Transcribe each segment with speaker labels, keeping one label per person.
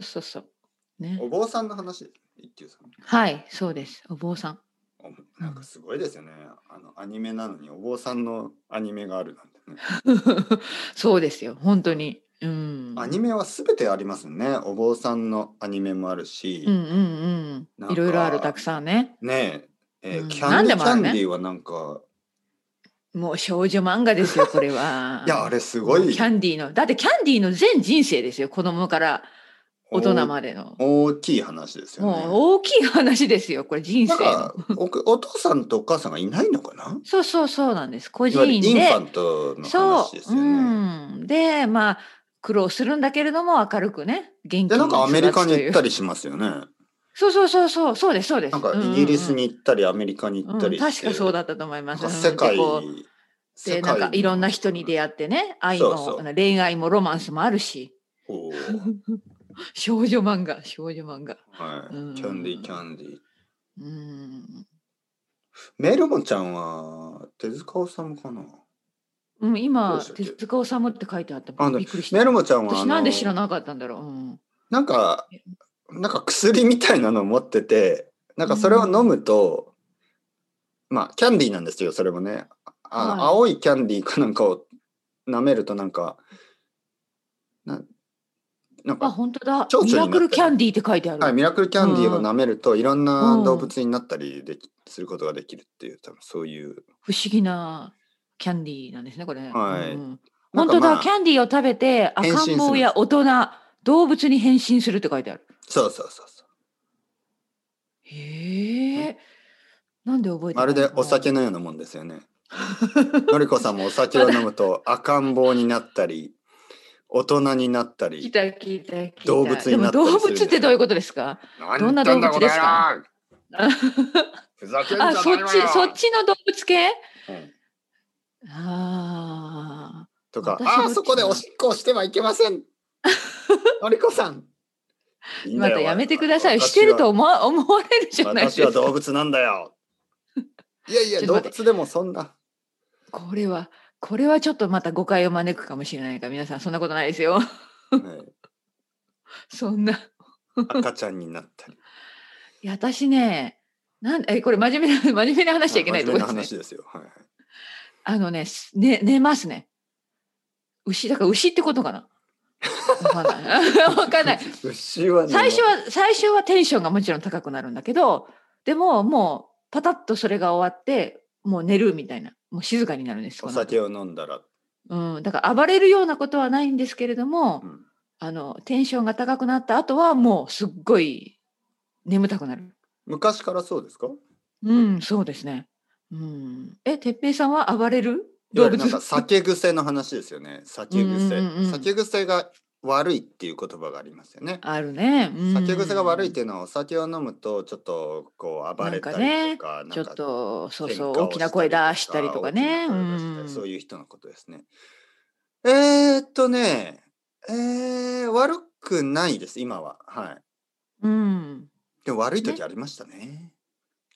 Speaker 1: そうそうそう。ね
Speaker 2: お。坊さんの話ですね、一休さん。
Speaker 1: はい、そうです。お坊さん。
Speaker 2: おなんかすごいですよね。あのアニメなのにお坊さんのアニメがあるなんてね。
Speaker 1: そうですよ。本当に。うん。
Speaker 2: アニメはすべてありますよね。お坊さんのアニメもあるし、
Speaker 1: うんうん
Speaker 2: な
Speaker 1: うんん。
Speaker 2: か
Speaker 1: いろいろある、たくさんね。
Speaker 2: ねええー
Speaker 1: うん
Speaker 2: キャン
Speaker 1: 何で
Speaker 2: ディキ
Speaker 1: も
Speaker 2: ャ
Speaker 1: あ
Speaker 2: ン
Speaker 1: る
Speaker 2: デ
Speaker 1: ね
Speaker 2: ィはなんか、。
Speaker 1: もう少女漫画ですよ、これは
Speaker 2: いやあれすごい
Speaker 1: キャンディーの。だってキャンディーの全人生ですよ。子供から大人までの。
Speaker 2: お大きい話ですよね。
Speaker 1: もう大きい話ですよ。これ人
Speaker 2: な
Speaker 1: 生
Speaker 2: ん
Speaker 1: の
Speaker 2: か。おくお父さんとお母さんがいないのかな
Speaker 1: そうそうそうなんです。個
Speaker 2: いわ
Speaker 1: 人
Speaker 2: ゆる
Speaker 1: で。
Speaker 2: インファントの
Speaker 1: そ
Speaker 2: 話です
Speaker 1: う、
Speaker 2: よね。
Speaker 1: うん、でまあ苦労するんだけれども明るくね元気
Speaker 2: で
Speaker 1: に
Speaker 2: なんかアメリカに行った
Speaker 1: り
Speaker 2: りしますよね。
Speaker 1: そうそうそうそうそうですそうです
Speaker 2: なんかイギリスに行ったりアメリカに
Speaker 1: うん
Speaker 2: 行
Speaker 1: う
Speaker 2: っ
Speaker 1: ん
Speaker 2: たりして、
Speaker 1: 確かそうだったと思います
Speaker 2: なんか世界
Speaker 1: うんでこう
Speaker 2: 世
Speaker 1: で
Speaker 2: 界
Speaker 1: なんかいろんな人に出会ってね愛も
Speaker 2: そうそう
Speaker 1: 恋愛もロマンスもあるし
Speaker 2: こう
Speaker 1: 少女漫画少女漫画
Speaker 2: はい
Speaker 1: うん
Speaker 2: キャンディーキャンディー
Speaker 1: うん、
Speaker 2: メルモちゃんは手塚治虫かな
Speaker 1: うん、
Speaker 2: そう
Speaker 1: 今
Speaker 2: でしたっけ
Speaker 1: 手塚治虫って書いてあった
Speaker 2: あの
Speaker 1: びっくりし
Speaker 2: メ
Speaker 1: た
Speaker 2: ルモちゃんはあ
Speaker 1: 私
Speaker 2: の
Speaker 1: なんで知らなかったんだろう、うん、
Speaker 2: なんかなんか薬みたいなの持っててなんかそれを飲むと、まあキャンディーなんですよそれもねあの、
Speaker 1: はい
Speaker 2: 青いキャンディーかなんかを舐めるとなんかななん
Speaker 1: あ
Speaker 2: か
Speaker 1: 本当だ
Speaker 2: 蝶々に
Speaker 1: ミ
Speaker 2: なってる
Speaker 1: ラクルキャンディーって書いてある、
Speaker 2: はい、ミラクルキャンディーを舐めるといろん
Speaker 1: う
Speaker 2: なん動物になったりできすることができるっていう多分そういう
Speaker 1: 不思議なキャンディーなんですねこれ。
Speaker 2: はい
Speaker 1: うん
Speaker 2: な
Speaker 1: 本
Speaker 2: んか
Speaker 1: 当だ、
Speaker 2: まあ
Speaker 1: キャンディーを食べて
Speaker 2: 変身す
Speaker 1: 赤
Speaker 2: る
Speaker 1: ん坊や大人動物に変身するって書いてある。
Speaker 2: そうそうそうそ
Speaker 1: へえ。なんで覚え
Speaker 2: う
Speaker 1: てたの
Speaker 2: まる
Speaker 1: かな
Speaker 2: でお酒のようなもんです よねのりこさんもお酒を飲むと赤ん坊になったり大人になった
Speaker 1: 聞い
Speaker 2: り
Speaker 1: た聞いた聞いた。
Speaker 2: 動物になった
Speaker 1: で
Speaker 2: り
Speaker 1: も動
Speaker 2: するんですよ
Speaker 1: 物ってどういうことですか？どんな動物ですか
Speaker 2: なんだこの野郎ふざけんじゃない
Speaker 1: あ、
Speaker 2: わ
Speaker 1: そっちそっちの動物系？
Speaker 2: うん
Speaker 1: ああ。
Speaker 2: とか
Speaker 1: 私どっち
Speaker 2: あ
Speaker 1: だ
Speaker 2: ーそこでおしっこをしてはいけま せんのりこさんいいんだ
Speaker 1: ま
Speaker 2: よ
Speaker 1: たやめてください。
Speaker 2: 私は
Speaker 1: してると思わ思われるじゃないで
Speaker 2: 私
Speaker 1: す
Speaker 2: は動
Speaker 1: か。
Speaker 2: 物なんだよ いやいや
Speaker 1: ちょ
Speaker 2: 動
Speaker 1: っと待って
Speaker 2: 物でもそ んな
Speaker 1: これはこれはちょっとまた誤解を招くかもしれないから皆さんそんなことないですよ。
Speaker 2: はい
Speaker 1: そんな。
Speaker 2: 赤ちゃんになったり。
Speaker 1: いや私ねなんえこれ真面目な真面目な話しちゃいけないと
Speaker 2: 真
Speaker 1: こ
Speaker 2: 面
Speaker 1: ろ
Speaker 2: 目
Speaker 1: ですね
Speaker 2: 話ですよ。はいはい。
Speaker 1: あのねすね寝ますね牛だから牛ってことかなわかんない わかん ない
Speaker 2: 牛はね
Speaker 1: 最初。は最初はテンションがもちろん高くなるんだけどでももうパタッとそれが終わってもう寝るみたいなもう静かになるんです
Speaker 2: お
Speaker 1: この後
Speaker 2: 酒を飲んだら。
Speaker 1: うん、だから暴れるようなことはないんですけれども、
Speaker 2: うん
Speaker 1: あのテンションが高くなった後はもうすっごい眠たくなる
Speaker 2: 昔からそうですか。
Speaker 1: うん、そうですね。うん、え、てっぺいさんは暴れる動
Speaker 2: いわゆるなんか
Speaker 1: 物
Speaker 2: 酒癖の話ですよね。酒癖。
Speaker 1: うんうんうん
Speaker 2: 酒癖が悪いっていう言葉がありますよね。
Speaker 1: あるね。うん
Speaker 2: 酒癖が悪いっていうのはお酒を飲むとちょっとこう暴れたりとか
Speaker 1: ちょっと、そうそう、
Speaker 2: 喧嘩を
Speaker 1: 大きな声出したりとかね。う
Speaker 2: 大きな声出したり
Speaker 1: ん。
Speaker 2: そういう人のことですね。えー、っとね、えー、悪くないです、今は。はい。
Speaker 1: うん。
Speaker 2: でも悪い時ありましたね。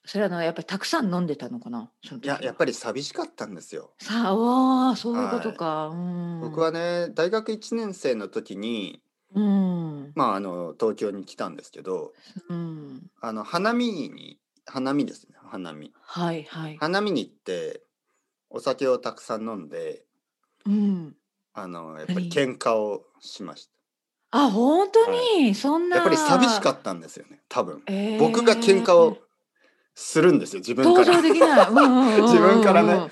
Speaker 1: それはあのやっぱりたくさん飲んでたのかな。その
Speaker 2: い
Speaker 1: 時
Speaker 2: や
Speaker 1: は、
Speaker 2: やっぱり寂しかったんですよ。
Speaker 1: さあ、おーそういうことか。うん。
Speaker 2: 僕はね、大学1年生の時に、
Speaker 1: うん。
Speaker 2: まあ、あの、東京に来たんですけど、
Speaker 1: うん。
Speaker 2: あの、花見に、花見ですね、花見。
Speaker 1: はいはい。
Speaker 2: 花見に行って、お酒をたくさん飲んで、
Speaker 1: うん。
Speaker 2: あの、やっぱ
Speaker 1: 何
Speaker 2: り喧嘩をしまし
Speaker 1: あ、本当に、そん
Speaker 2: た。
Speaker 1: な。
Speaker 2: やっぱり寂しかったんですよね、多分。
Speaker 1: えー
Speaker 2: 僕が喧嘩をするんですよ、自分か
Speaker 1: 登場
Speaker 2: ら。
Speaker 1: できない。うんうんうんうんうん
Speaker 2: 自分からね。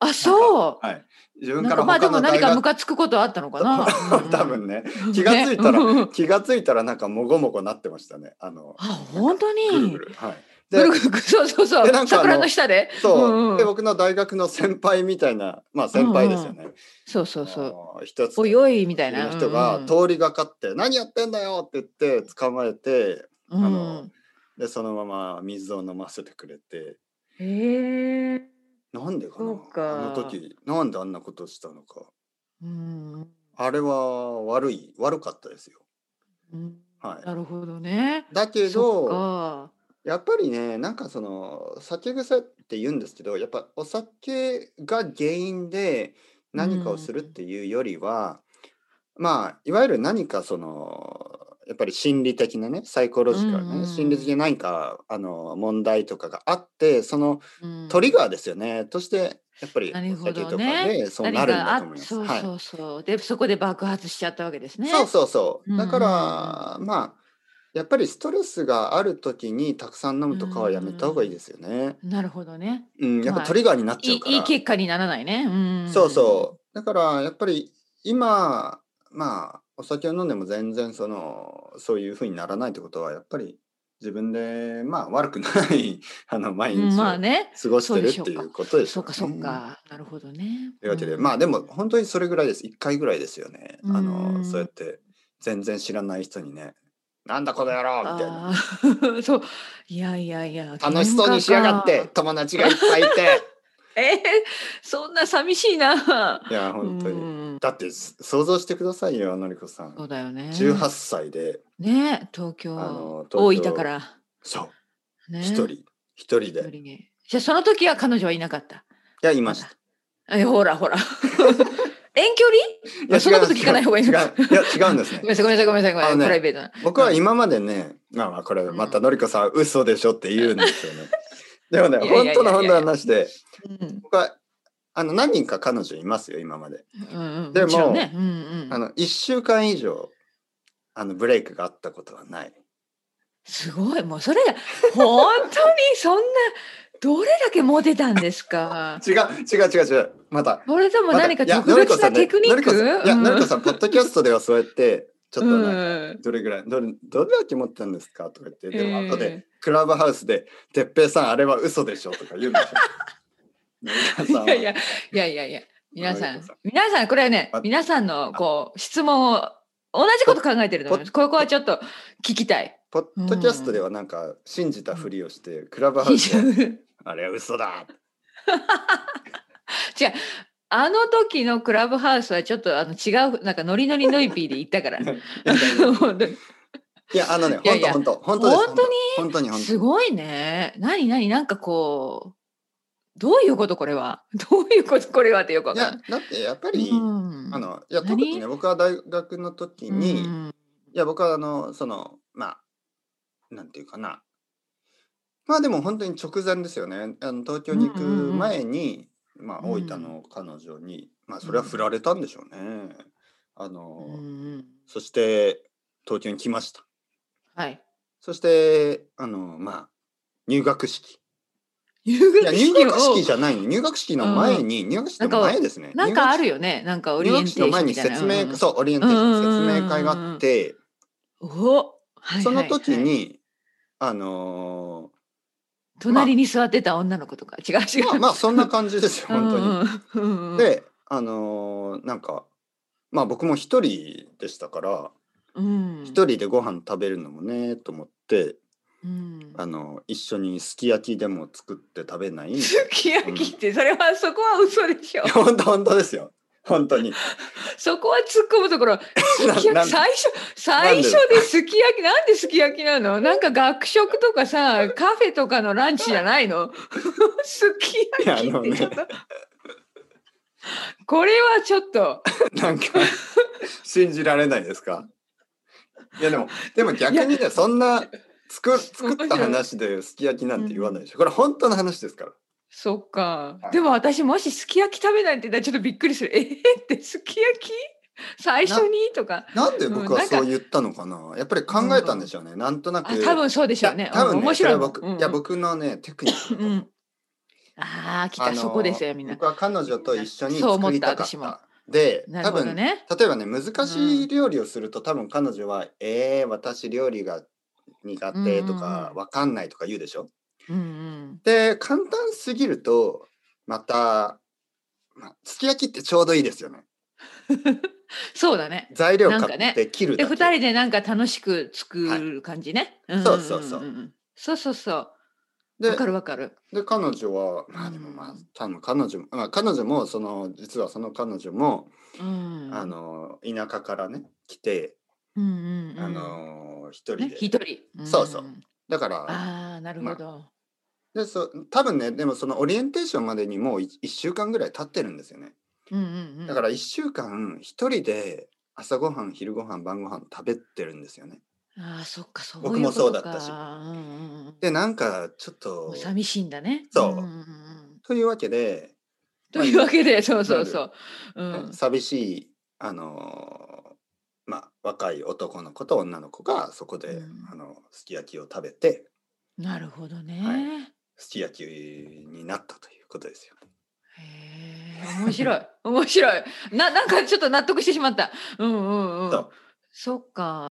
Speaker 1: あ、そう。
Speaker 2: はい。自分
Speaker 1: なん
Speaker 2: か
Speaker 1: からまあで
Speaker 2: 他
Speaker 1: も
Speaker 2: の
Speaker 1: 何
Speaker 2: 大
Speaker 1: か
Speaker 2: 学
Speaker 1: ムカつくことあったのかな
Speaker 2: 多分ね、
Speaker 1: うん
Speaker 2: 気がついた
Speaker 1: ね
Speaker 2: ら
Speaker 1: うん
Speaker 2: 気がついたらなんかもごもごなってましたね。あの、
Speaker 1: あ本当に
Speaker 2: ぐるぐる。はい。
Speaker 1: ぐ
Speaker 2: で
Speaker 1: るぐるぐるそうそうそ
Speaker 2: でなん
Speaker 1: う
Speaker 2: かあの
Speaker 1: 桜の下で
Speaker 2: そう、
Speaker 1: んん
Speaker 2: で僕の大学の先輩みたいなまあ先輩ですよね、
Speaker 1: そうそうそう
Speaker 2: あの一つ
Speaker 1: おいおいみたいな
Speaker 2: の人が通りがかって「何やってんだよ!」って言って捕まえて
Speaker 1: うんうん
Speaker 2: あ
Speaker 1: う
Speaker 2: の
Speaker 1: ん
Speaker 2: でそのまま水を飲ませてくれて
Speaker 1: へえ
Speaker 2: なんでか
Speaker 1: そ
Speaker 2: な
Speaker 1: うか
Speaker 2: あの時なんであんなことしたのか
Speaker 1: うん
Speaker 2: あれは悪い悪かったですよ。
Speaker 1: うん
Speaker 2: は
Speaker 1: なるほどね
Speaker 2: い、だけ
Speaker 1: そっ
Speaker 2: ど
Speaker 1: か
Speaker 2: やっぱりねなんかその酒癖って言うんですけどやっぱお酒が原因で何かをするっていうよりは、まあいわゆる何かそのやっぱり心理的なねサイコロジカルな
Speaker 1: うんう
Speaker 2: ね
Speaker 1: ん
Speaker 2: 心理的な何かあの問題とかがあってその
Speaker 1: うん
Speaker 2: トリガーですよね、としてやっぱり
Speaker 1: なる
Speaker 2: お
Speaker 1: ほ
Speaker 2: 酒
Speaker 1: どね
Speaker 2: とかでそう
Speaker 1: 何
Speaker 2: なるん
Speaker 1: か
Speaker 2: だ
Speaker 1: あ
Speaker 2: と思います。
Speaker 1: そう
Speaker 2: はい
Speaker 1: そうそう、でそこで爆発しちゃったわけですね。
Speaker 2: そうそうそう。
Speaker 1: うん
Speaker 2: だから、まあ、やっぱりストレスがあるときにたくさん飲むとかはやめた方がいいですよね。
Speaker 1: なるほどね
Speaker 2: うん、やっぱ
Speaker 1: まあ
Speaker 2: トリガーになっち
Speaker 1: い
Speaker 2: ゃう
Speaker 1: い
Speaker 2: から。
Speaker 1: いい結果にならないね。うん
Speaker 2: そうそう。だから、やっぱり今、まあ、お酒を飲んでも全然その、そういうふうにならないってことは、やっぱり自分で、まあ、悪くない あの毎
Speaker 1: ん
Speaker 2: 日
Speaker 1: まあ
Speaker 2: を
Speaker 1: ね
Speaker 2: 過ごしてるっ
Speaker 1: そう
Speaker 2: て
Speaker 1: でし
Speaker 2: い
Speaker 1: ょうか
Speaker 2: うことです
Speaker 1: そ
Speaker 2: よ
Speaker 1: う
Speaker 2: ね
Speaker 1: かそうか、なるほどね。
Speaker 2: というわけで、
Speaker 1: うん
Speaker 2: まあでも本当にそれぐらいです。1回ぐらいですよね。あ
Speaker 1: う
Speaker 2: の、
Speaker 1: ん
Speaker 2: そうやって全然知らない人にね、なんだこの野郎みたいな。
Speaker 1: あー そういやいやいや
Speaker 2: 楽しそうにしやがって
Speaker 1: 喧嘩か
Speaker 2: 友達がいっぱいいて。
Speaker 1: えー、そんな寂しいない
Speaker 2: や、本当
Speaker 1: う
Speaker 2: に。
Speaker 1: ん
Speaker 2: だってす想像してくださいよ、のりこさ。
Speaker 1: そうんだよね
Speaker 2: 18歳で、
Speaker 1: ね東京
Speaker 2: あの
Speaker 1: 大
Speaker 2: 東京
Speaker 1: 分から
Speaker 2: そう、
Speaker 1: ね
Speaker 2: 一人、一人
Speaker 1: 一人
Speaker 2: で。い
Speaker 1: にじゃあその時は彼女はいなかった
Speaker 2: や、いました。
Speaker 1: えほらほ ら遠距離い
Speaker 2: や
Speaker 1: やそんなこと聞かない方がいい
Speaker 2: 違う
Speaker 1: の
Speaker 2: いや、
Speaker 1: か
Speaker 2: 違うんです
Speaker 1: ごめんな
Speaker 2: ね。
Speaker 1: さいごめんなさいごめんなさいごめんなさい、
Speaker 2: あのね
Speaker 1: プライベートな
Speaker 2: 僕は今までね、まあまあこれまたのりこさん、嘘でしょって言うんで すよね。でもね、
Speaker 1: いやいやいやいや
Speaker 2: 本当の本当の話で、
Speaker 1: うん
Speaker 2: 僕は、あの、何人か彼女いますよ、今まで。
Speaker 1: うんうん
Speaker 2: でも
Speaker 1: もちろんねうんうん
Speaker 2: あの、1週間以上、あの、ブレイクがあったことはない。
Speaker 1: すごいもうそれが本当にそんなどれだけモテたんです か
Speaker 2: 違う、違う、違う、違う。また、
Speaker 1: それとも
Speaker 2: まだ
Speaker 1: 何か
Speaker 2: いや
Speaker 1: 特
Speaker 2: のりこ
Speaker 1: 別
Speaker 2: さ
Speaker 1: なん
Speaker 2: ね
Speaker 1: テクニック
Speaker 2: のりこさんいや、
Speaker 1: うん
Speaker 2: のりこさん、ポッドキャストではそうやって、ちょっとなんか、
Speaker 1: うん
Speaker 2: どれぐらい、どれ、どれだけ持ってたんですかとか言って、でも
Speaker 1: ええ
Speaker 2: 後で、クラブハウスで、てっぺいさん、あれは嘘でしょとか 言うんですよ。のりこさんはい
Speaker 1: やいやいやいやいや皆さ
Speaker 2: のり
Speaker 1: ん
Speaker 2: こさん
Speaker 1: 皆さんこれはね
Speaker 2: あ
Speaker 1: 皆さんのこう質問を同じこと考えてると思いますここはちょっと聞きたい
Speaker 2: ポッドキャストではなんか、信じたふりをして、クラブハウスで、あれは嘘だ。
Speaker 1: あの時のクラブハウスはちょっとあの違うなんかノリノリノイピーで行ったから本当に
Speaker 2: いや、あのね、
Speaker 1: いやいや
Speaker 2: 本当、本当、本
Speaker 1: 本
Speaker 2: 当です。
Speaker 1: 当に
Speaker 2: 本当に、本 当
Speaker 1: す
Speaker 2: に。
Speaker 1: ごいね何何なんかこうどういうことこれはどういうことこれはってよくわ
Speaker 2: い
Speaker 1: か
Speaker 2: や
Speaker 1: ん、
Speaker 2: だって、やっぱ
Speaker 1: ない
Speaker 2: り、
Speaker 1: うん
Speaker 2: あの、いや、特
Speaker 1: 何
Speaker 2: にね、僕は大学の時に、
Speaker 1: うん
Speaker 2: いや、僕はあの、その、まあ、なんていうかな。まあでも本当に直前ですよね。あの東京に行く
Speaker 1: うんうんうん
Speaker 2: 前に、まあ
Speaker 1: うん
Speaker 2: 大分の彼女に、まあそれは振られたんでしょうね。あの、
Speaker 1: うん
Speaker 2: そして東京に来ました。
Speaker 1: はい
Speaker 2: そして、あの、まあ、入学式。
Speaker 1: 入
Speaker 2: いや、
Speaker 1: 学
Speaker 2: 入
Speaker 1: 式
Speaker 2: 学
Speaker 1: を
Speaker 2: 式じゃないの。入学式の前に、入学式の前ですね。
Speaker 1: なんかある
Speaker 2: よ。
Speaker 1: よね。なんかオリ
Speaker 2: 入
Speaker 1: エン
Speaker 2: 学
Speaker 1: テーシ
Speaker 2: 式
Speaker 1: ョ
Speaker 2: の
Speaker 1: ン
Speaker 2: 前に
Speaker 1: みたいな
Speaker 2: 説明、
Speaker 1: う
Speaker 2: そう、オリエンテーショ
Speaker 1: うんうんうんうん
Speaker 2: ン説明会があって、
Speaker 1: んうん。お、はいはいはい
Speaker 2: その時に、あの
Speaker 1: 隣に座ってた女の子とか、違う違
Speaker 2: ーまあ
Speaker 1: う。
Speaker 2: まあそんな感じです よ、本当に。
Speaker 1: 当に。うんうん、
Speaker 2: で、あのーなんか、まあ僕も一人でしたから、
Speaker 1: うん、
Speaker 2: 一、人でご飯食べるのもね、と思って、
Speaker 1: うん、
Speaker 2: あの一緒にすき焼きでも作って食 べないみたい
Speaker 1: すき焼きって、それはそこは嘘でしょ
Speaker 2: な。いや、。本当本当ですよ。本当 に。
Speaker 1: そこは突っ込むところ。すき
Speaker 2: な
Speaker 1: 焼
Speaker 2: ん
Speaker 1: き
Speaker 2: で
Speaker 1: 最初、最初ですき焼き、なんですき焼きな のなんか学食とかさ、カフェとかのランチじゃないの すき焼きってちょっと。これはちょっと。
Speaker 2: なんか、信じられないですかいやでも、でも逆にね、そんな作作った話ですき焼きなんて言わないでしょ。これ本当の話ですから。
Speaker 1: そっか
Speaker 2: はい。
Speaker 1: でも私もしすき焼き食べないって言ったらちょっとびっくりする。えー、ってすき焼き最初にとか。
Speaker 2: なんで僕は
Speaker 1: うんなんか
Speaker 2: そう言ったのかなやっぱり考えたんでしょうね。なんとな
Speaker 1: あ
Speaker 2: く。
Speaker 1: 多分そうでしょう
Speaker 2: い
Speaker 1: ねう
Speaker 2: や。多分、
Speaker 1: ん
Speaker 2: ね、
Speaker 1: 面白い
Speaker 2: それは
Speaker 1: もん。
Speaker 2: 僕、
Speaker 1: うん
Speaker 2: いや、僕のね、テクニックだと
Speaker 1: う
Speaker 2: 思う。
Speaker 1: ん。ああ、来た、
Speaker 2: あのー
Speaker 1: そこですよ、みんな。
Speaker 2: 僕は彼女と一緒に
Speaker 1: そう思
Speaker 2: 作
Speaker 1: っ
Speaker 2: り
Speaker 1: た
Speaker 2: たかっ
Speaker 1: 私も
Speaker 2: た。で、
Speaker 1: なる
Speaker 2: 多
Speaker 1: ほど
Speaker 2: 分、
Speaker 1: ね。
Speaker 2: 例えばね、難しい料理をすると、多分彼女は、えー、私料理が苦手と
Speaker 1: うんうん
Speaker 2: か
Speaker 1: う、ん
Speaker 2: わかんないとか言うでしょ。
Speaker 1: うん
Speaker 2: で、簡単すぎると、また、まあ、すき焼きってちょうどいいですよね。
Speaker 1: うん。そうだね。
Speaker 2: 材料
Speaker 1: なん
Speaker 2: 買
Speaker 1: かね
Speaker 2: って切る
Speaker 1: で、
Speaker 2: だけ。
Speaker 1: 二人でなんか楽しく作る感じね。ん
Speaker 2: そうそうそうん
Speaker 1: んそうそうそう。
Speaker 2: で
Speaker 1: わかるわかる。
Speaker 2: で彼女はまあでもまあ
Speaker 1: うん
Speaker 2: 多分彼女も、まあ、彼女もその実はその彼女も、
Speaker 1: うん。
Speaker 2: あ、の田舎からね来て、
Speaker 1: うんうんうん、
Speaker 2: あ、の一人
Speaker 1: ね、
Speaker 2: で、
Speaker 1: 一人。
Speaker 2: そうそうんだから
Speaker 1: ああ、なるほど。
Speaker 2: でそ多分ねでもそのオリエンテーションまでにもう1週間ぐらい経ってるんですよね
Speaker 1: うんうんうん。
Speaker 2: だから1週間一人で朝ごはん昼ごはん晩ごはん食べてるんですよね
Speaker 1: ああ、そっか、そういう
Speaker 2: 僕もそうだった
Speaker 1: こ
Speaker 2: し
Speaker 1: とかうんうんうん
Speaker 2: でなんかちょっと
Speaker 1: もう寂しいんだね。
Speaker 2: そうん
Speaker 1: んん
Speaker 2: というわけで、
Speaker 1: というわけ で、そうそうそう。う
Speaker 2: ね
Speaker 1: ん。
Speaker 2: 寂しいあのーまあ若い男の子と女の子がそこで、
Speaker 1: うん
Speaker 2: あのすき焼きを食べて
Speaker 1: なるほどね。
Speaker 2: はすき焼きになったということですよ。
Speaker 1: へえ、面白い。面白い。な、なんかちょっと納得してしまった。うんうんうん。
Speaker 2: そう
Speaker 1: そっか。